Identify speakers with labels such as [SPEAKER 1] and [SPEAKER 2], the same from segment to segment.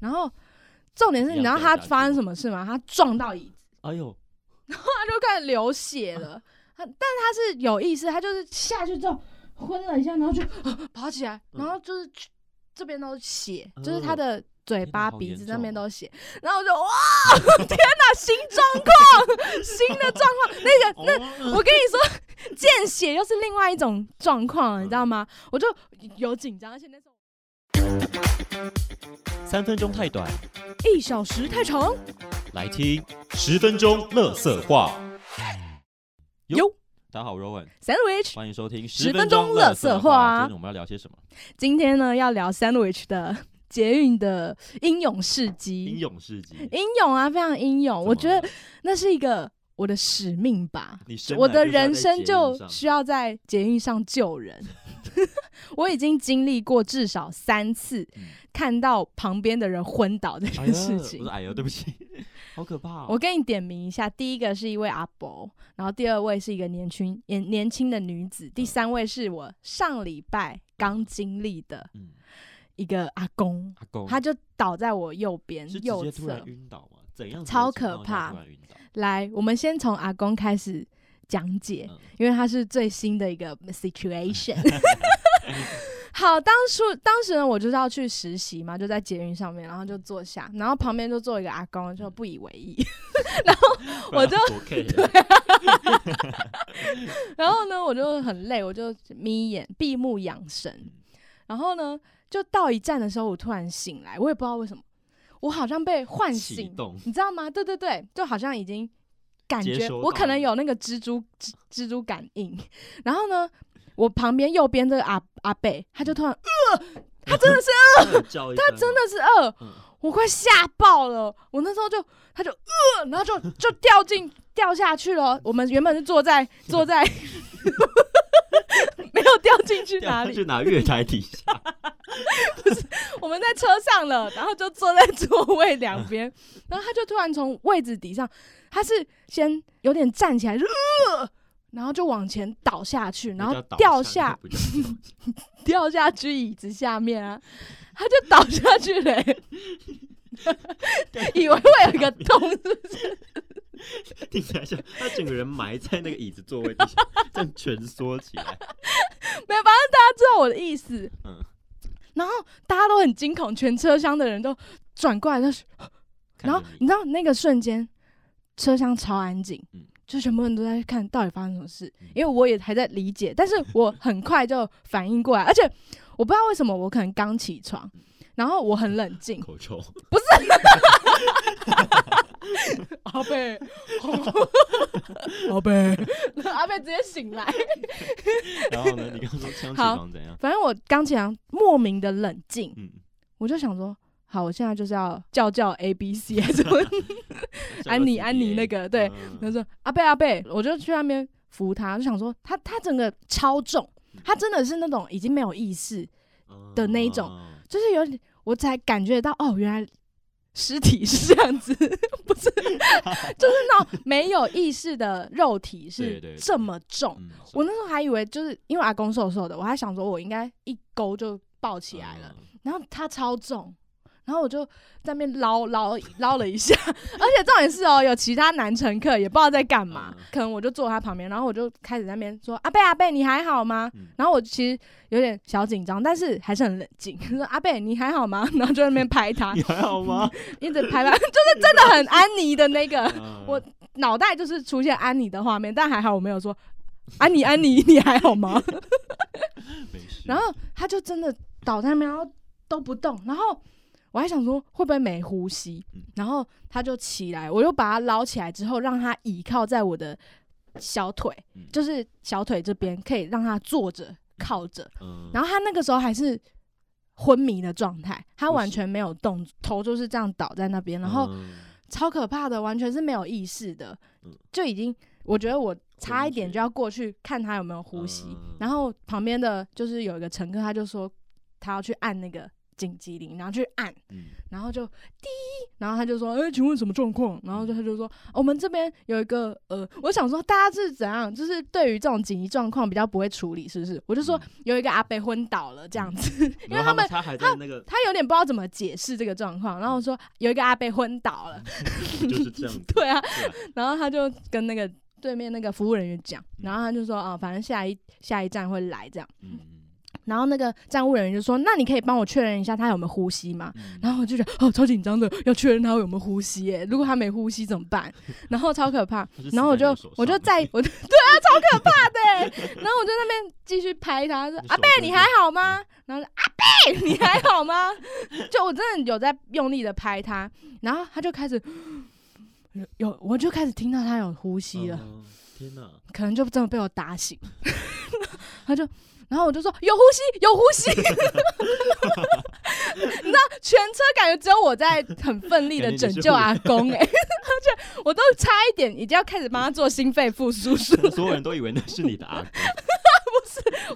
[SPEAKER 1] 然后重点是，你知道他发生什么事吗？他撞到椅子，
[SPEAKER 2] 哎呦，
[SPEAKER 1] 他就开始流血 了。他但是他是有意识，他就是下去之后昏了一下，然后就、啊爬起来，
[SPEAKER 2] 嗯
[SPEAKER 1] 然后就是去这边都是血，
[SPEAKER 2] 哎呦
[SPEAKER 1] 就是他的嘴巴、
[SPEAKER 2] 天哪好
[SPEAKER 1] 鼻
[SPEAKER 2] 严
[SPEAKER 1] 子那边
[SPEAKER 2] 重啊
[SPEAKER 1] 都血。然后我就哇， 天哪，新状 况，新的状况，那个
[SPEAKER 2] 那
[SPEAKER 1] 我跟你说，见血又是另外一种状况，你知道吗？我就有紧张，而且那时候
[SPEAKER 2] 三分钟太短，
[SPEAKER 1] 一小时太长。
[SPEAKER 2] 来听。
[SPEAKER 3] 十分钟乐色话。
[SPEAKER 2] 哟
[SPEAKER 1] 哟
[SPEAKER 2] 大家好，我是 Rowan，
[SPEAKER 1] Sandwich，
[SPEAKER 2] 欢迎收听
[SPEAKER 1] 10
[SPEAKER 2] 分
[SPEAKER 1] 分
[SPEAKER 2] 钟
[SPEAKER 1] 钟
[SPEAKER 2] 乐
[SPEAKER 1] 垃
[SPEAKER 2] 色
[SPEAKER 1] 圾
[SPEAKER 2] 话。
[SPEAKER 1] 话
[SPEAKER 2] 今天我们要聊些什么？
[SPEAKER 1] 今天呢要聊 Sandwich 的捷运的英勇事迹。
[SPEAKER 2] 英勇事迹。
[SPEAKER 1] 英勇啊，非常英勇。我觉
[SPEAKER 2] 怎么
[SPEAKER 1] 得
[SPEAKER 2] 了
[SPEAKER 1] 那是一个我的使命吧。
[SPEAKER 2] 你生
[SPEAKER 1] 我
[SPEAKER 2] 来
[SPEAKER 1] 的
[SPEAKER 2] 就是要
[SPEAKER 1] 人
[SPEAKER 2] 在
[SPEAKER 1] 生
[SPEAKER 2] 捷
[SPEAKER 1] 就
[SPEAKER 2] 运上
[SPEAKER 1] 需要在捷运上救人。 我已经经历过至少三次
[SPEAKER 2] 嗯
[SPEAKER 1] 看到旁边的人昏倒这
[SPEAKER 2] 哎
[SPEAKER 1] 件
[SPEAKER 2] 呀
[SPEAKER 1] 事情
[SPEAKER 2] 不是。哎呀，对不起， 好可怕哦。
[SPEAKER 1] 我跟你点名一下，第一个是一位阿伯，然后第二位是一个年轻年年轻的女子，第三位是我上礼拜刚经历的
[SPEAKER 2] 嗯，
[SPEAKER 1] 一个阿公，
[SPEAKER 2] 阿公
[SPEAKER 1] 他就倒在我右边
[SPEAKER 2] 哦是直
[SPEAKER 1] 右
[SPEAKER 2] 接突然
[SPEAKER 1] 侧。
[SPEAKER 2] 晕倒吗？怎样子的
[SPEAKER 1] 超
[SPEAKER 2] 情况
[SPEAKER 1] 可
[SPEAKER 2] 下
[SPEAKER 1] 怕
[SPEAKER 2] 突然晕倒，
[SPEAKER 1] 来，我们先从阿公开始讲解，
[SPEAKER 2] 嗯
[SPEAKER 1] 因为他是最新的一个 situation。好，当初当时呢，我就是要去实习嘛，就在捷运上面，然后就坐下，然后旁边就坐一个阿公，就不以为意。 我就
[SPEAKER 2] 不然 要躲 K
[SPEAKER 1] 然后呢，我就很累，我就眯眼闭目养神
[SPEAKER 2] 嗯。
[SPEAKER 1] 然后呢，就到一站的时候，我突然醒来，我也不知道为什么，我好像被唤
[SPEAKER 2] 启
[SPEAKER 1] 醒，
[SPEAKER 2] 动，
[SPEAKER 1] 你知道吗？对对对，就好像已经感
[SPEAKER 2] 接
[SPEAKER 1] 觉
[SPEAKER 2] 收
[SPEAKER 1] 我
[SPEAKER 2] 到
[SPEAKER 1] 可能有那个蜘蛛蜘蜘蛛感应。然后呢，我旁边右边这个阿阿贝，他就突然，呃、他真的是
[SPEAKER 2] 他叫一声，他
[SPEAKER 1] 真的是饿，
[SPEAKER 2] 嗯
[SPEAKER 1] 我快吓爆了！我那时候就，他就呃，然后就就掉进掉下去了。哦我们原本是坐在坐在， 没有掉进去哪
[SPEAKER 2] 掉
[SPEAKER 1] 里，
[SPEAKER 2] 去哪月台底下，
[SPEAKER 1] 我们在车上了，然后就坐在座位两
[SPEAKER 2] 嗯
[SPEAKER 1] 边，然后他就突然从位置底上，他是先有点站起来，就呃，然后就往前倒下去， 然后
[SPEAKER 2] 那叫
[SPEAKER 1] 掉
[SPEAKER 2] 倒
[SPEAKER 1] 下
[SPEAKER 2] 那不叫
[SPEAKER 1] 掉
[SPEAKER 2] 倒下
[SPEAKER 1] 下去椅子下面啊，他就倒下去了、欸 以为会有一个洞，是不是
[SPEAKER 2] 听起来像他整个人埋在那个椅子座位底下，这样蜷缩起来，
[SPEAKER 1] 没有，反正大家知道我的意思。
[SPEAKER 2] 嗯
[SPEAKER 1] 然后大家都很惊恐，全车厢的人都转过来，就是，
[SPEAKER 2] 看
[SPEAKER 1] 然后
[SPEAKER 2] 着你
[SPEAKER 1] 你知道那个瞬间，车厢超安静，
[SPEAKER 2] 嗯
[SPEAKER 1] 就全部人都在看到底发生什么事
[SPEAKER 2] 嗯，
[SPEAKER 1] 因为我也还在理解，但是 我很快就反应过来，而且我不知道为什么，我可能刚起床，
[SPEAKER 2] 嗯
[SPEAKER 1] 然后我很冷静，
[SPEAKER 2] 口臭，
[SPEAKER 1] 阿贝，阿贝， 阿贝直接醒来，
[SPEAKER 2] 然后呢，你刚刚说枪起
[SPEAKER 1] 好
[SPEAKER 2] 床怎样？
[SPEAKER 1] 反正我刚起床莫名的冷静，
[SPEAKER 2] 嗯，
[SPEAKER 1] 我就想说，好，我现在就是要叫叫 A B C 还是什么安妮安妮那个对他
[SPEAKER 2] 嗯，
[SPEAKER 1] 说阿贝阿贝，我就去那边扶他，就想说他他整个超重，他真的是那种已经没有意识，的那一种
[SPEAKER 2] 嗯
[SPEAKER 1] 就是有点我才感觉到哦，原来尸体是这样子，不是， 就是那种没有意识的肉体
[SPEAKER 2] 对
[SPEAKER 1] 是
[SPEAKER 2] 对对
[SPEAKER 1] 这么重。
[SPEAKER 2] 嗯
[SPEAKER 1] 我那时候还以为就是因为阿公瘦瘦的，我还想说我应该一勾就抱起来了，，然后他超重。然后我就在那边捞捞捞了一下， 而且重点是哦，有其他男乘客也不知道在干嘛，
[SPEAKER 2] 嗯
[SPEAKER 1] 可能我就坐他旁边，然后我就开始在那边说阿贝阿贝你还好吗？
[SPEAKER 2] 嗯
[SPEAKER 1] 然后我其实有点小紧张，但是还是很冷静，说阿贝你还好吗？ 然后就在那边拍他
[SPEAKER 2] 你，还好吗？
[SPEAKER 1] 一直拍他，就是真的很安妮的那个
[SPEAKER 2] 嗯
[SPEAKER 1] 我脑袋就是出现安妮的画面，但还好我没有说安妮安妮你还好吗？
[SPEAKER 2] 没事
[SPEAKER 1] 然后他就真的倒在那边，然后都不动。然后我还想说会不会没呼吸
[SPEAKER 2] 嗯，
[SPEAKER 1] 然后他就起来，我又把他捞起来之后，让他倚靠在我的小腿，
[SPEAKER 2] 嗯
[SPEAKER 1] 就是小腿这边可以让他坐着靠着。
[SPEAKER 2] 嗯
[SPEAKER 1] 然后他那个时候还是昏迷的状态，他
[SPEAKER 2] 不
[SPEAKER 1] 完
[SPEAKER 2] 行
[SPEAKER 1] 全没有动，头就是这样倒在那边，然后
[SPEAKER 2] 嗯
[SPEAKER 1] 超可怕的，完全是没有意识的
[SPEAKER 2] 嗯，
[SPEAKER 1] 就已经我觉得我差一点
[SPEAKER 2] 昏厥
[SPEAKER 1] 就要过去看他有没有呼吸
[SPEAKER 2] 嗯，
[SPEAKER 1] 然后旁边的就是有一个乘客，他就说他要去按那个紧急铃，然后去按，
[SPEAKER 2] 嗯
[SPEAKER 1] 然后就滴，然后他就说：“哎、请问什么状况？”然后就他就说：“哦我们这边有一个呃，我想说大家是怎样，就是对于这种紧急状况比较不会处理，是不是？”我就说有一个阿伯昏倒了这样子，因为
[SPEAKER 2] 然后
[SPEAKER 1] 他
[SPEAKER 2] 他
[SPEAKER 1] 们
[SPEAKER 2] 他还在那个
[SPEAKER 1] 他有点不知道怎么解释这个状况，然后我说有一个阿伯昏倒了，
[SPEAKER 2] 就是这样子，
[SPEAKER 1] 对啊，
[SPEAKER 2] 对啊
[SPEAKER 1] 然后他就跟那个对面那个服务人员讲，然后他就说啊，反正下一下一站会来这样，
[SPEAKER 2] 嗯嗯
[SPEAKER 1] 然后那个站务人员就说，那你可以帮我确认一下他有没有呼吸吗？
[SPEAKER 2] 嗯
[SPEAKER 1] 然后我就觉得哦，超紧张的，要确认他有没有呼吸耶，如果他没呼吸怎么办？然后超可怕
[SPEAKER 2] 他是，死
[SPEAKER 1] 然后我
[SPEAKER 2] 在你
[SPEAKER 1] 就
[SPEAKER 2] 手上
[SPEAKER 1] 我就在我就 对啊，超可怕的耶，然后我就在那边继续拍他，说
[SPEAKER 2] 你手
[SPEAKER 1] 阿贝
[SPEAKER 2] 真的
[SPEAKER 1] 你还好吗？然后就阿贝你还好吗？就我真的有在用力的拍他，然后他就开始。有有，我就开始听到他有呼吸了，
[SPEAKER 2] 哦天哪！
[SPEAKER 1] 可能就真的被我打醒。 他就，然后我就说有呼吸，有呼吸。 你知道，全车感觉只有我在很奋力的拯救阿公哎、欸， 而且我都差一点已经要开始帮他做心肺复苏 术。
[SPEAKER 2] 所有人都以为那是你的 阿公，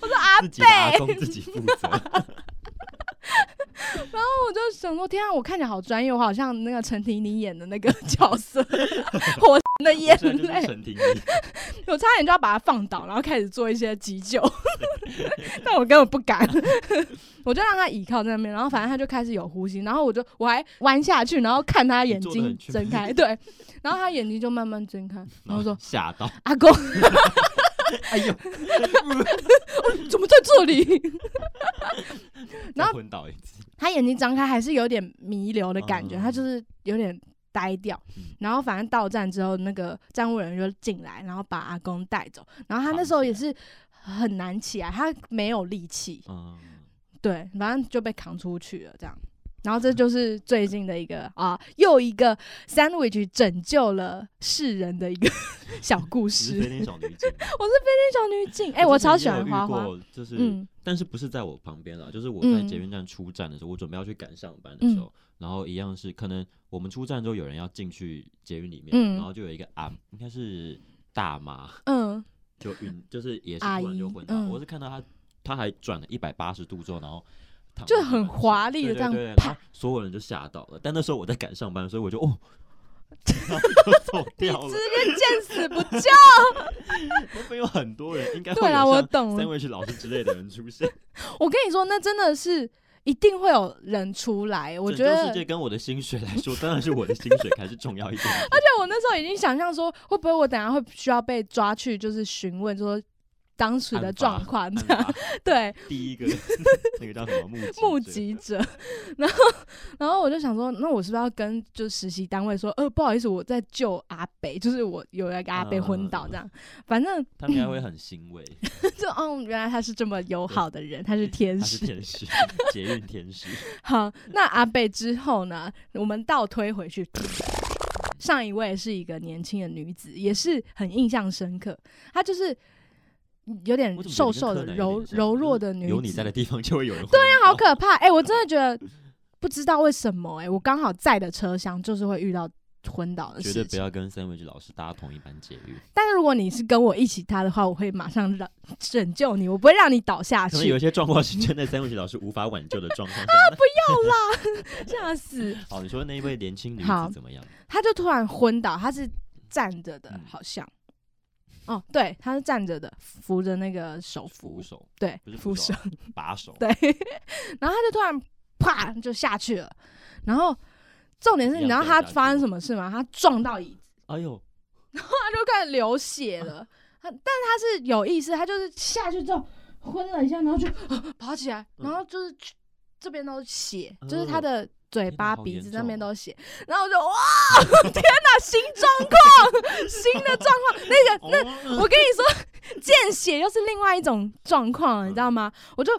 [SPEAKER 1] 我说阿
[SPEAKER 2] 自己
[SPEAKER 1] 贝
[SPEAKER 2] 的，阿公自己 负责。
[SPEAKER 1] 然后我就想说，天啊，我看起来好专业，我好像那个陈婷妮演的那个角色， 火的眼
[SPEAKER 2] 现在就
[SPEAKER 1] 泪
[SPEAKER 2] 是。陈婷妮，
[SPEAKER 1] 我差点就要把它放倒，然后开始做一些急救， 但我根本不敢， 我就让他倚靠在那边，然后反正他就开始有呼吸，然后我就我还弯下去，然后看他眼
[SPEAKER 2] 你做得
[SPEAKER 1] 睛
[SPEAKER 2] 很全
[SPEAKER 1] 睁
[SPEAKER 2] 面
[SPEAKER 1] 开，对，然后他眼睛就慢慢 睁开，然后说
[SPEAKER 2] 吓到，：“
[SPEAKER 1] 阿公，
[SPEAKER 2] 哎呦，
[SPEAKER 1] 怎么在这里 然后
[SPEAKER 2] 再昏倒一次，？”
[SPEAKER 1] 他眼睛张开还是有点弥留的感觉，
[SPEAKER 2] 嗯
[SPEAKER 1] 他就是有点呆掉
[SPEAKER 2] 嗯。
[SPEAKER 1] 然后反正到站之后，那个站务人就进来，然后把阿公带走。然后他那时候也是很难起来，他没有力气。
[SPEAKER 2] 嗯，
[SPEAKER 1] 对，反正就被扛出去了这样。然
[SPEAKER 2] 嗯
[SPEAKER 1] 后这就是最近的一个啊，又一个 sandwich 拯救了世人的一个 小故
[SPEAKER 2] 只
[SPEAKER 1] 事。
[SPEAKER 2] 是啊
[SPEAKER 1] 我是
[SPEAKER 2] 飞
[SPEAKER 1] 非
[SPEAKER 2] 天小女警。啊
[SPEAKER 1] 常女警， 哎、我超喜欢花花，，
[SPEAKER 2] 就是
[SPEAKER 1] 嗯，
[SPEAKER 2] 但是不是在我旁边啦，就是我
[SPEAKER 1] 嗯
[SPEAKER 2] 在捷运站出站的时候，我准备要去赶上班的时候，然后一样是可能我们出站之后有人要进去捷运里面，
[SPEAKER 1] 嗯
[SPEAKER 2] 然后就有一个阿，应该是大妈，
[SPEAKER 1] 嗯，
[SPEAKER 2] 就晕，就是也是
[SPEAKER 1] 阿
[SPEAKER 2] 突然就
[SPEAKER 1] 姨
[SPEAKER 2] 昏倒。
[SPEAKER 1] 嗯
[SPEAKER 2] 我是看到她，她还转了一百八十度之后，然后躺
[SPEAKER 1] 就
[SPEAKER 2] 在地
[SPEAKER 1] 很
[SPEAKER 2] 板上
[SPEAKER 1] 华丽的
[SPEAKER 2] 对
[SPEAKER 1] 这样
[SPEAKER 2] 对对，
[SPEAKER 1] 啪
[SPEAKER 2] 然后所有人就吓到了。但那时候我在赶上班，所以我 就哦。然后就走掉了
[SPEAKER 1] 直，接见死不 救。
[SPEAKER 2] 那边有很多人，应该会
[SPEAKER 1] 对啦，
[SPEAKER 2] 有
[SPEAKER 1] 我
[SPEAKER 2] 啊像
[SPEAKER 1] 懂
[SPEAKER 2] 三
[SPEAKER 1] 了。
[SPEAKER 2] 位是老师之类的人出现。
[SPEAKER 1] 我跟你说，那真的是一定会有人出来。 我
[SPEAKER 2] 拯
[SPEAKER 1] 觉
[SPEAKER 2] 救
[SPEAKER 1] 得，
[SPEAKER 2] 世界
[SPEAKER 1] 而
[SPEAKER 2] 跟我的薪水来说，当然是我的薪水还是重要 一点。
[SPEAKER 1] 且我那时候已经想象说，会不会我等下会需要被抓去，就是询问说当时的
[SPEAKER 2] 案发
[SPEAKER 1] 状况这
[SPEAKER 2] 案
[SPEAKER 1] 样。
[SPEAKER 2] 发
[SPEAKER 1] 对，
[SPEAKER 2] 第 一个那个叫什么目击
[SPEAKER 1] 目
[SPEAKER 2] 者，
[SPEAKER 1] 击者， 然后然后我就想说，那我是不是要跟就实习单位说，呃，不好意思，我在救阿北，就是我有一个阿北昏倒
[SPEAKER 2] 嗯
[SPEAKER 1] 这样，反正
[SPEAKER 2] 他们应该会很欣慰，
[SPEAKER 1] 就嗯，原来他是这么友好的人，他是天
[SPEAKER 2] 他是
[SPEAKER 1] 使。
[SPEAKER 2] 天使，捷运天使。
[SPEAKER 1] 好，那阿北之后呢，我们倒推回去。上一位是一个年轻的女子，也是很印象深刻。她就是有点
[SPEAKER 2] 我怎么觉
[SPEAKER 1] 瘦
[SPEAKER 2] 得
[SPEAKER 1] 瘦的、
[SPEAKER 2] 跟柯南有
[SPEAKER 1] 柔
[SPEAKER 2] 点像嗯
[SPEAKER 1] 柔弱的女子，
[SPEAKER 2] 有你在的地方就会有人。对呀，
[SPEAKER 1] 好可怕！哎、我真的觉得不知道为什么哎、我刚好在的车厢就是会遇到昏倒的
[SPEAKER 2] 绝
[SPEAKER 1] 事
[SPEAKER 2] 对不
[SPEAKER 1] 情。
[SPEAKER 2] 要跟三 a n 老师搭同一班捷运，
[SPEAKER 1] 但是如果你是跟我一起搭的话，我会马上让拯救你，我不会让你倒下
[SPEAKER 2] 可能有
[SPEAKER 1] 去
[SPEAKER 2] 一，些状况是啊真的三 a n 老师无法挽救的状况下。
[SPEAKER 1] 吓死！
[SPEAKER 2] 那好，你说那一位年轻女
[SPEAKER 1] 好
[SPEAKER 2] 子怎么样？
[SPEAKER 1] 他就突然昏倒，他是站着的
[SPEAKER 2] 嗯，
[SPEAKER 1] 好像。哦，对，他是站着的，扶着那个手
[SPEAKER 2] 扶
[SPEAKER 1] 扶，
[SPEAKER 2] 手、
[SPEAKER 1] 对
[SPEAKER 2] 不，是
[SPEAKER 1] 扶
[SPEAKER 2] 扶
[SPEAKER 1] 手
[SPEAKER 2] 手，啊把手，
[SPEAKER 1] 对。 然后他就突然啪就下去了，然后重点是，你知道他发生什么事吗？他撞到椅子。
[SPEAKER 2] 哎呦，
[SPEAKER 1] 他就开始流血
[SPEAKER 2] 啊
[SPEAKER 1] 了。他，但是他是有意识，他就是下去之后昏了一下，然后就、 呃爬起来，
[SPEAKER 2] 嗯
[SPEAKER 1] 然后就是去这边都是血，
[SPEAKER 2] 嗯
[SPEAKER 1] 就是他的嘴巴、
[SPEAKER 2] 天哪好
[SPEAKER 1] 鼻
[SPEAKER 2] 严
[SPEAKER 1] 子
[SPEAKER 2] 重啊
[SPEAKER 1] 那边都是血。然后我就 哇，天哪，新状况，新的状况。那 个
[SPEAKER 2] 那
[SPEAKER 1] 我跟你说，见血又是另外一种状况，你知道吗？
[SPEAKER 2] 嗯
[SPEAKER 1] 我就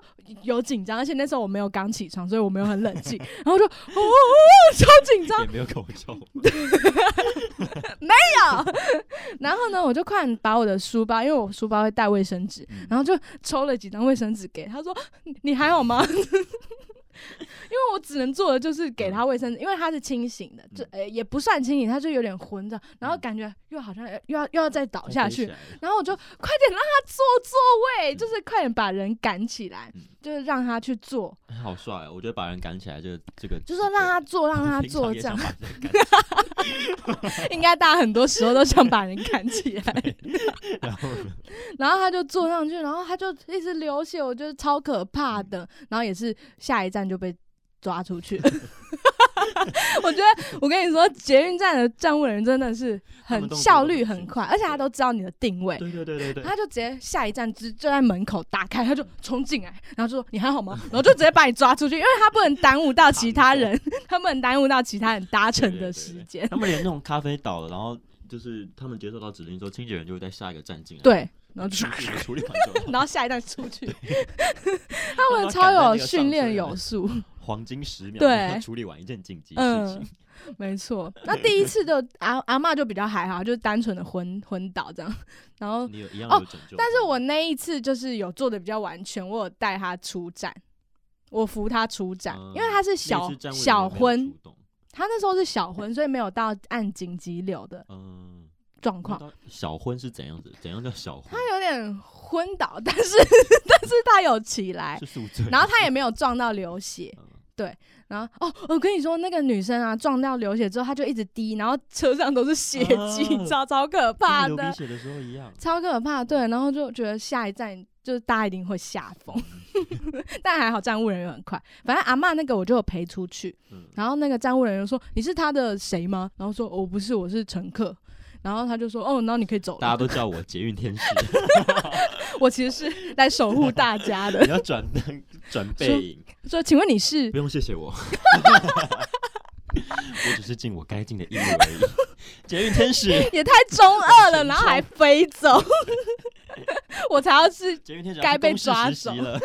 [SPEAKER 1] 有紧张，而且那时候我没有刚起床，所以我没有很冷静，然后就哦哦哦，超紧张
[SPEAKER 2] 也。没有口罩，
[SPEAKER 1] 然后呢，我就快点把我的书包，因为我书包会带卫生纸，
[SPEAKER 2] 嗯
[SPEAKER 1] 然后就抽了几张卫生纸给他，说：“你你还好吗？” 因为我只能做的就是给他卫
[SPEAKER 2] 嗯
[SPEAKER 1] 生纸，因为他是清醒的，就、呃也不算清醒，他就有点昏着，
[SPEAKER 2] 嗯
[SPEAKER 1] 然后感觉又好像又要又要再倒下去，
[SPEAKER 2] 飞起来了。
[SPEAKER 1] 然后我就快点让他坐座位，就是快点把人赶起来
[SPEAKER 2] 嗯。
[SPEAKER 1] 就是让他去做，
[SPEAKER 2] 好帅、哦！我觉得把人赶起来，这个这个
[SPEAKER 1] 就说让他做，让他
[SPEAKER 2] 平常
[SPEAKER 1] 做，
[SPEAKER 2] 也
[SPEAKER 1] 这样
[SPEAKER 2] 想把人赶起
[SPEAKER 1] 应该大家很多时候都想把人赶起来。
[SPEAKER 2] 来 然后呢
[SPEAKER 1] 然后他就坐上去，然后他就一直流血，我觉得超可怕的。
[SPEAKER 2] 嗯
[SPEAKER 1] 然后也是下一站就被抓出去。 我觉得，我跟你说，捷运站的站务人真的是
[SPEAKER 2] 他
[SPEAKER 1] 很
[SPEAKER 2] 们动作
[SPEAKER 1] 效
[SPEAKER 2] 都
[SPEAKER 1] 率
[SPEAKER 2] 很
[SPEAKER 1] 很
[SPEAKER 2] 迅
[SPEAKER 1] 快，
[SPEAKER 2] 速
[SPEAKER 1] 而且他
[SPEAKER 2] 对
[SPEAKER 1] 都知道你的定位，
[SPEAKER 2] 对对对对对，
[SPEAKER 1] 他就直接下一站就就在门口打开，他就冲进来，然后就说你还好吗？然后就直接把你抓出去，因为他不能耽误到其他人， 他不能耽误到其他人搭乘的时间。
[SPEAKER 2] 他们连那种咖啡倒了，然后就是他们接受到指令之后，清洁人就会在下一个站进来，，
[SPEAKER 1] 对，然后 就
[SPEAKER 2] 处理处理完之后，
[SPEAKER 1] 然后下一站出去， 他们
[SPEAKER 2] 要
[SPEAKER 1] 超
[SPEAKER 2] 赶在那
[SPEAKER 1] 有
[SPEAKER 2] 个上
[SPEAKER 1] 训练
[SPEAKER 2] 车
[SPEAKER 1] 有素。
[SPEAKER 2] 黄金十秒，
[SPEAKER 1] 对嗯
[SPEAKER 2] 要处理完一件紧急事情，
[SPEAKER 1] 没错，那第一次就阿阿嬷就比较还好，就是单纯的昏昏倒这样。然后，
[SPEAKER 2] 你有一样
[SPEAKER 1] 哦
[SPEAKER 2] 有拯救吗。
[SPEAKER 1] 但是我那一次就是有做的比较完全，我有带她出站，我扶她出站，
[SPEAKER 2] 嗯
[SPEAKER 1] 因为她是
[SPEAKER 2] 那
[SPEAKER 1] 小
[SPEAKER 2] 次站位
[SPEAKER 1] 小
[SPEAKER 2] 你有没有
[SPEAKER 1] 昏
[SPEAKER 2] 触，动，
[SPEAKER 1] 她那时候是小昏，所以没有到按紧急流的
[SPEAKER 2] 嗯，
[SPEAKER 1] 状
[SPEAKER 2] 那
[SPEAKER 1] 况。
[SPEAKER 2] 到小昏是怎样子？怎样叫小昏？
[SPEAKER 1] 她有点昏倒，但是 但是她有起来，
[SPEAKER 2] 是宿醉，
[SPEAKER 1] 然后她也没有撞到流血。
[SPEAKER 2] 嗯
[SPEAKER 1] 然后哦，我跟你说，那个女生啊，撞到流血之后，她就一直滴，然后车上都是血迹，
[SPEAKER 2] 啊
[SPEAKER 1] 超超可
[SPEAKER 2] 跟
[SPEAKER 1] 怕
[SPEAKER 2] 流
[SPEAKER 1] 的
[SPEAKER 2] 鼻。血的时候一样，
[SPEAKER 1] 超可怕，对，然后就觉得下一站就是大家一定会吓疯，
[SPEAKER 2] 嗯
[SPEAKER 1] 但还好站务人员很快，反正阿嬷那个我就有陪出去，
[SPEAKER 2] 嗯，
[SPEAKER 1] 然后那个站务人员说你是他的谁吗？然后说我、不是，我是乘客，然后他就说哦，然后你可以走
[SPEAKER 2] 大家
[SPEAKER 1] 了，
[SPEAKER 2] 都叫我捷运天使，
[SPEAKER 1] 我其实是来守护大家的
[SPEAKER 2] 你，要转转
[SPEAKER 1] 说
[SPEAKER 2] 背影，
[SPEAKER 1] 说请问你是
[SPEAKER 2] 不用谢谢我， 我只是尽我该尽的义务而已。捷运天使，
[SPEAKER 1] 也太中二了，
[SPEAKER 2] 全
[SPEAKER 1] 然后还
[SPEAKER 2] 中
[SPEAKER 1] 飞走， 我才要是
[SPEAKER 2] 捷运天使
[SPEAKER 1] 该被
[SPEAKER 2] 要去
[SPEAKER 1] 抓
[SPEAKER 2] 公示实习
[SPEAKER 1] 走
[SPEAKER 2] 了，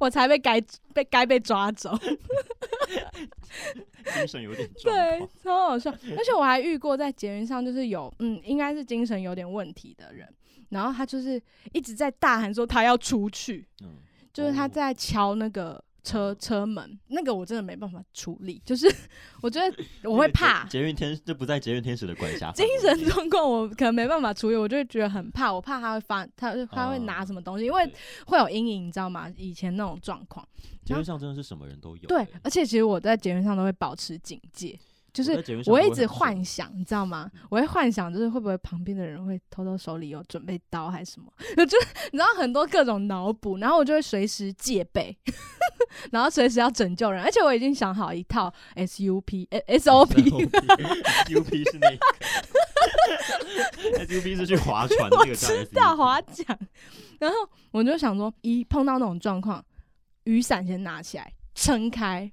[SPEAKER 1] 我才被该被该被抓走。
[SPEAKER 2] 精神有点状
[SPEAKER 1] 对
[SPEAKER 2] 况。，
[SPEAKER 1] 超好笑。而且我还遇过在捷运上，就是有嗯，应该是精神有点问题的人，然后他就是一直在大喊说他要出去，
[SPEAKER 2] 嗯，
[SPEAKER 1] 就是他
[SPEAKER 2] 哦
[SPEAKER 1] 在敲那个车车门，那个我真的没办法处理，就是 我觉得我会
[SPEAKER 2] 那个捷
[SPEAKER 1] 怕。
[SPEAKER 2] 捷运天，这不在捷运天使的管辖。
[SPEAKER 1] 精神，状况我可能没办法处理，我就会觉得很怕，我怕他会发，他他会拿
[SPEAKER 2] 哦
[SPEAKER 1] 什么东西，因为
[SPEAKER 2] 对
[SPEAKER 1] 会有阴影，你知道吗？以前那种状况，
[SPEAKER 2] 捷运上真的是什么人都有。
[SPEAKER 1] 对
[SPEAKER 2] 欸，
[SPEAKER 1] 而且其实我在捷运上都会保持警戒，就是
[SPEAKER 2] 在捷运上
[SPEAKER 1] 我
[SPEAKER 2] 都
[SPEAKER 1] 会嗯
[SPEAKER 2] 会
[SPEAKER 1] 一直
[SPEAKER 2] 很
[SPEAKER 1] 幻
[SPEAKER 2] 爽
[SPEAKER 1] 想，你知道吗？我会幻想，就是会不会旁边的人会偷偷手里有准备刀还是什么？ 就是你知道很多各种脑补，然后我就会随时戒备， 然后随时要拯救人，而且我已经想好一套 SUP、呃 SOP，
[SPEAKER 2] SUP 是那个 SUP 是去划船的
[SPEAKER 1] 我
[SPEAKER 2] 那个叫 SUP。
[SPEAKER 1] 知道划桨。然后我就想说，一碰到那种状况，雨伞先拿起来撑开，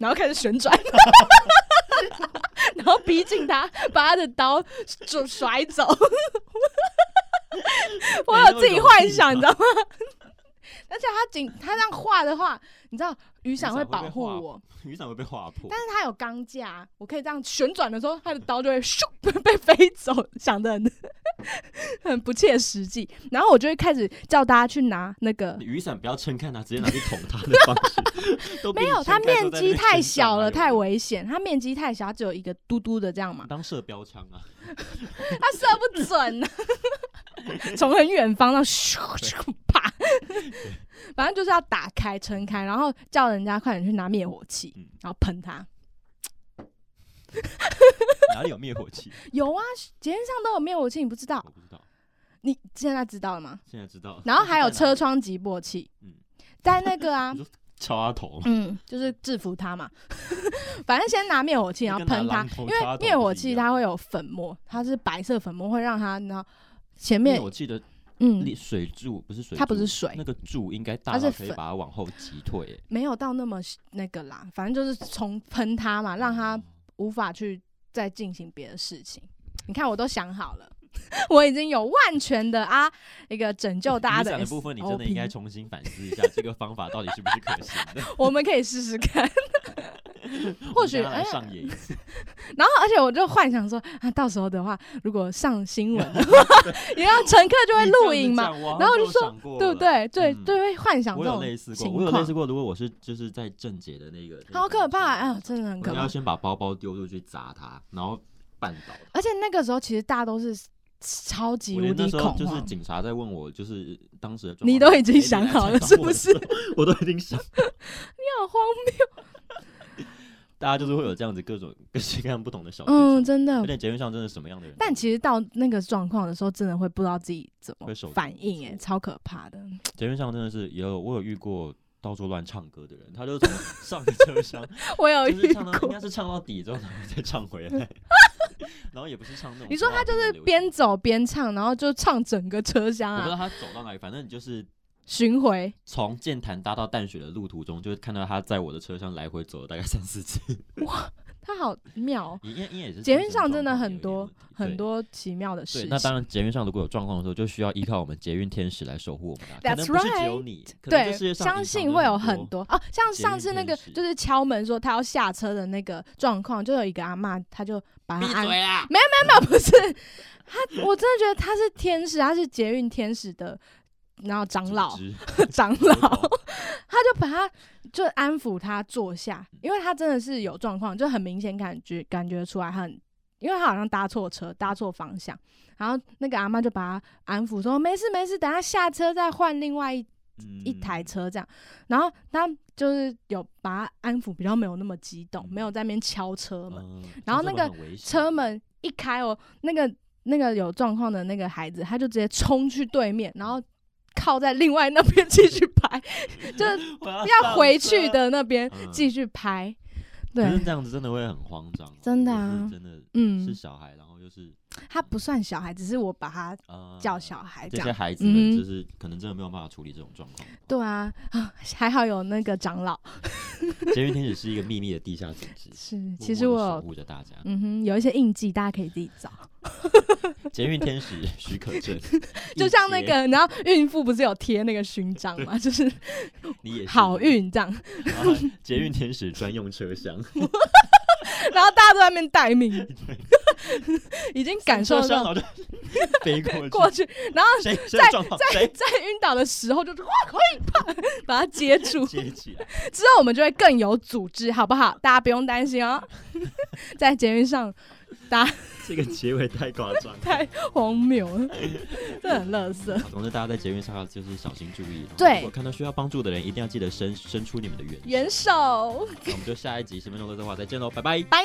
[SPEAKER 1] 然后开始旋转，然后逼近他，把他的刀就甩走。我有自己幻想，你知道吗？ 而且他紧，他这样画的话，你知道雨伞会保护我，
[SPEAKER 2] 雨伞会被划破
[SPEAKER 1] 但。是他有钢架，我可以这样旋转的时候，他的刀就会咻 被飞走，想的很 很不切实际。然后我就会开始叫大家去拿那个
[SPEAKER 2] 你雨伞不要撑开它，直接拿去捅它的方 式。都比
[SPEAKER 1] 没有，
[SPEAKER 2] 你
[SPEAKER 1] 它
[SPEAKER 2] 撑开
[SPEAKER 1] 面
[SPEAKER 2] 之后在那边
[SPEAKER 1] 积太
[SPEAKER 2] 旋转
[SPEAKER 1] 小
[SPEAKER 2] 还
[SPEAKER 1] 了，
[SPEAKER 2] 有
[SPEAKER 1] 太
[SPEAKER 2] 用
[SPEAKER 1] 危险。它面积太小，它只有一个嘟嘟的这样嘛，
[SPEAKER 2] 当射标枪啊！
[SPEAKER 1] 它射不准、啊， 从很远方到咻咻啪，反正就是要打开、撑开，然后叫人家快点去拿灭火器
[SPEAKER 2] 嗯，
[SPEAKER 1] 然后喷它。
[SPEAKER 2] 哪里有灭火器？
[SPEAKER 1] 有啊，捷运上都有灭火器，你不知道？
[SPEAKER 2] 我不知道，
[SPEAKER 1] 你现在知道了吗？
[SPEAKER 2] 现在知道了。
[SPEAKER 1] 然后还有
[SPEAKER 2] 在哪
[SPEAKER 1] 车
[SPEAKER 2] 里，
[SPEAKER 1] 窗击破器
[SPEAKER 2] 嗯，
[SPEAKER 1] 在那个啊
[SPEAKER 2] 你，说敲他头，
[SPEAKER 1] 嗯，就是制服它嘛。 反正先拿灭火器，然后喷它，
[SPEAKER 2] 因
[SPEAKER 1] 因为灭火器它会有粉末，它是白色粉末，会让它然后前面
[SPEAKER 2] 我记得
[SPEAKER 1] 嗯，
[SPEAKER 2] 水柱不是水柱，
[SPEAKER 1] 它不是水
[SPEAKER 2] 那个柱应该大
[SPEAKER 1] 它是
[SPEAKER 2] 到可以
[SPEAKER 1] 粉
[SPEAKER 2] 把它往后击退欸，
[SPEAKER 1] 没有到那么那个啦，反正就是从喷它嘛，让
[SPEAKER 2] 哦
[SPEAKER 1] 它无法去再进行别的事情。你看，我都想好了， 我已经有万全的啊一个拯救大
[SPEAKER 2] 雨
[SPEAKER 1] 家
[SPEAKER 2] 伞
[SPEAKER 1] 的
[SPEAKER 2] 的部分，你真的应该
[SPEAKER 1] SOP
[SPEAKER 2] 重新反思一下这个方法到底是不是可行的。
[SPEAKER 1] 我们可以试试看。
[SPEAKER 2] 我
[SPEAKER 1] 或
[SPEAKER 2] 们
[SPEAKER 1] 许
[SPEAKER 2] 等下来
[SPEAKER 1] 哎
[SPEAKER 2] 上 演一次，
[SPEAKER 1] 然后，而且我就幻想说啊，到时候的话，如果上新闻的话，也让乘客就会
[SPEAKER 2] 你这样
[SPEAKER 1] 录
[SPEAKER 2] 子
[SPEAKER 1] 影嘛，
[SPEAKER 2] 讲我好
[SPEAKER 1] 然后
[SPEAKER 2] 像
[SPEAKER 1] 就
[SPEAKER 2] 有
[SPEAKER 1] 说
[SPEAKER 2] 想过
[SPEAKER 1] 对不
[SPEAKER 2] 了？
[SPEAKER 1] 对？对
[SPEAKER 2] 嗯
[SPEAKER 1] 对，会幻想这
[SPEAKER 2] 我有
[SPEAKER 1] 种
[SPEAKER 2] 类似过，
[SPEAKER 1] 情
[SPEAKER 2] 我有类
[SPEAKER 1] 况，
[SPEAKER 2] 似过。如果我是就是在正解的那个，那个
[SPEAKER 1] 好可
[SPEAKER 2] 感觉
[SPEAKER 1] 怕啊！真的很
[SPEAKER 2] 我
[SPEAKER 1] 可
[SPEAKER 2] 应该
[SPEAKER 1] 怕
[SPEAKER 2] 要。先把包包丢出去砸它，然后绊倒它。
[SPEAKER 1] 而且那个时候其实大家都是超级
[SPEAKER 2] 我
[SPEAKER 1] 无
[SPEAKER 2] 连那
[SPEAKER 1] 敌
[SPEAKER 2] 时
[SPEAKER 1] 恐
[SPEAKER 2] 候
[SPEAKER 1] 慌，
[SPEAKER 2] 就是警察在问我，就是当时的状况
[SPEAKER 1] 你都已经
[SPEAKER 2] 哎
[SPEAKER 1] 想
[SPEAKER 2] 来
[SPEAKER 1] 好了
[SPEAKER 2] 找
[SPEAKER 1] 是
[SPEAKER 2] 我
[SPEAKER 1] 不
[SPEAKER 2] 的
[SPEAKER 1] 是？
[SPEAKER 2] 时候我都已经想，
[SPEAKER 1] 你好荒谬，
[SPEAKER 2] 大家就是会有这样子各种各式各样不同的小 剧
[SPEAKER 1] 嗯，
[SPEAKER 2] 场，
[SPEAKER 1] 真的
[SPEAKER 2] 而。且节目上真的什么样的人都有，
[SPEAKER 1] 但其实到那个状况的时候，真的会不知道自己怎么
[SPEAKER 2] 会手足
[SPEAKER 1] 反应、
[SPEAKER 2] 无
[SPEAKER 1] 欸，
[SPEAKER 2] 措
[SPEAKER 1] 超可怕的。
[SPEAKER 2] 节目上真的是也有我有遇过到处乱唱歌的人，他就是从上个车厢
[SPEAKER 1] 我有
[SPEAKER 2] 就是
[SPEAKER 1] 遇
[SPEAKER 2] 唱到应
[SPEAKER 1] 过
[SPEAKER 2] 该，是唱到底之后，然后再唱回 来，然后也不是唱那种。
[SPEAKER 1] 你说他就是边，走边唱，然后就唱整个车厢
[SPEAKER 2] 我不知
[SPEAKER 1] 啊，
[SPEAKER 2] 道他走到哪里，反正就是
[SPEAKER 1] 巡回。
[SPEAKER 2] 从剑潭搭到淡水的路途中，就会看到他在我的车上来回走了大概三 四次。
[SPEAKER 1] 他好妙哦，
[SPEAKER 2] 也因为因为也是
[SPEAKER 1] 捷
[SPEAKER 2] 精
[SPEAKER 1] 运
[SPEAKER 2] 神
[SPEAKER 1] 上
[SPEAKER 2] 状
[SPEAKER 1] 真的
[SPEAKER 2] 况
[SPEAKER 1] 很
[SPEAKER 2] 有一点
[SPEAKER 1] 多
[SPEAKER 2] 问题
[SPEAKER 1] 很。
[SPEAKER 2] 对
[SPEAKER 1] 多奇妙的事
[SPEAKER 2] 对，
[SPEAKER 1] 情。
[SPEAKER 2] 那当然，捷运上如果有状况的时候，就需要依靠我们捷运天使来守护我们大家。
[SPEAKER 1] That's
[SPEAKER 2] 可能不是只有你，可能这世界
[SPEAKER 1] 对，
[SPEAKER 2] 上
[SPEAKER 1] 相
[SPEAKER 2] 隐藏
[SPEAKER 1] 信
[SPEAKER 2] 着
[SPEAKER 1] 会有很
[SPEAKER 2] 很
[SPEAKER 1] 多哦，像
[SPEAKER 2] 捷
[SPEAKER 1] 上
[SPEAKER 2] 运
[SPEAKER 1] 次那
[SPEAKER 2] 天
[SPEAKER 1] 个
[SPEAKER 2] 使
[SPEAKER 1] 就是敲门说他要下车的那个状况，就有一个阿嬷，她就把
[SPEAKER 2] 闭
[SPEAKER 1] 他安，
[SPEAKER 2] 嘴啊啦！
[SPEAKER 1] 没有不是他，我真的觉得他是天使，他是捷运天使的，然后长老
[SPEAKER 2] 组织
[SPEAKER 1] 长老，
[SPEAKER 2] 头头
[SPEAKER 1] 他就把他就安抚他坐下，因为他真的是有状况，就很明显感觉感觉出来他很，因为他好像搭错车，搭错方向，然后那个阿妈就把他安抚说没事没事，等他下车再换另外一一台
[SPEAKER 2] 嗯
[SPEAKER 1] 车这样，然后他就是有把他安抚，比较没有那么激动，没有在那边敲车门，
[SPEAKER 2] 嗯
[SPEAKER 1] 然后
[SPEAKER 2] 这
[SPEAKER 1] 那
[SPEAKER 2] 种
[SPEAKER 1] 个
[SPEAKER 2] 很危险
[SPEAKER 1] 车门一开哦，那个那个有状况的那个孩子，他就直接冲去对面，然后靠在另外那边继续拍，就是
[SPEAKER 2] 我要
[SPEAKER 1] 要
[SPEAKER 2] 上
[SPEAKER 1] 回
[SPEAKER 2] 车
[SPEAKER 1] 去。的那边
[SPEAKER 2] 嗯
[SPEAKER 1] 继续拍。
[SPEAKER 2] 可是
[SPEAKER 1] 对，
[SPEAKER 2] 这样子真的会很慌张哦，
[SPEAKER 1] 真的
[SPEAKER 2] 如果是
[SPEAKER 1] 啊
[SPEAKER 2] 真的，是
[SPEAKER 1] 嗯，
[SPEAKER 2] 小孩，然后就是
[SPEAKER 1] 他不算小孩，只是我把他
[SPEAKER 2] 啊
[SPEAKER 1] 叫小孩这
[SPEAKER 2] 这些
[SPEAKER 1] 样。
[SPEAKER 2] 孩子们，
[SPEAKER 1] 嗯
[SPEAKER 2] 就是可能真的没有办法处理这种状况。
[SPEAKER 1] 对啊， 啊还好有那个长老。，
[SPEAKER 2] 捷运天使是一个秘密的地下组织
[SPEAKER 1] 是，
[SPEAKER 2] 默
[SPEAKER 1] 其实
[SPEAKER 2] 默地
[SPEAKER 1] 我
[SPEAKER 2] 守
[SPEAKER 1] 有
[SPEAKER 2] 护着 大家。
[SPEAKER 1] 嗯哼有一些印记，大家可以自己找。，
[SPEAKER 2] 捷运天使许可证
[SPEAKER 1] 就像那
[SPEAKER 2] 一街，
[SPEAKER 1] 个，然后孕妇不是有贴那个勋章 嘛，就是
[SPEAKER 2] 你也是
[SPEAKER 1] 好。运这样，
[SPEAKER 2] 然后捷运天使专用车厢，
[SPEAKER 1] 然后大家都在那边待 命，已经 感受
[SPEAKER 2] 车厢
[SPEAKER 1] 到
[SPEAKER 2] 然后就飞过
[SPEAKER 1] 过
[SPEAKER 2] 去，
[SPEAKER 1] 去，然后
[SPEAKER 2] 谁谁的状况谁
[SPEAKER 1] 在 晕倒的时候就是哇可以啪 把它接住，
[SPEAKER 2] 接起来。
[SPEAKER 1] 之后我们就会更有组织，好不好？大家不用担心哦，在捷运上
[SPEAKER 2] 这个结尾太夸张了。
[SPEAKER 1] 太荒谬了，这很乐 色。
[SPEAKER 2] 总之，大家在捷运上就是小心注意。然后
[SPEAKER 1] 对
[SPEAKER 2] 如果看到需要帮助的人，一定要记得伸伸出你们的援手。
[SPEAKER 1] 元首。
[SPEAKER 2] 那我们就下一集十分钟乐色话再见喽，拜拜。
[SPEAKER 1] 拜。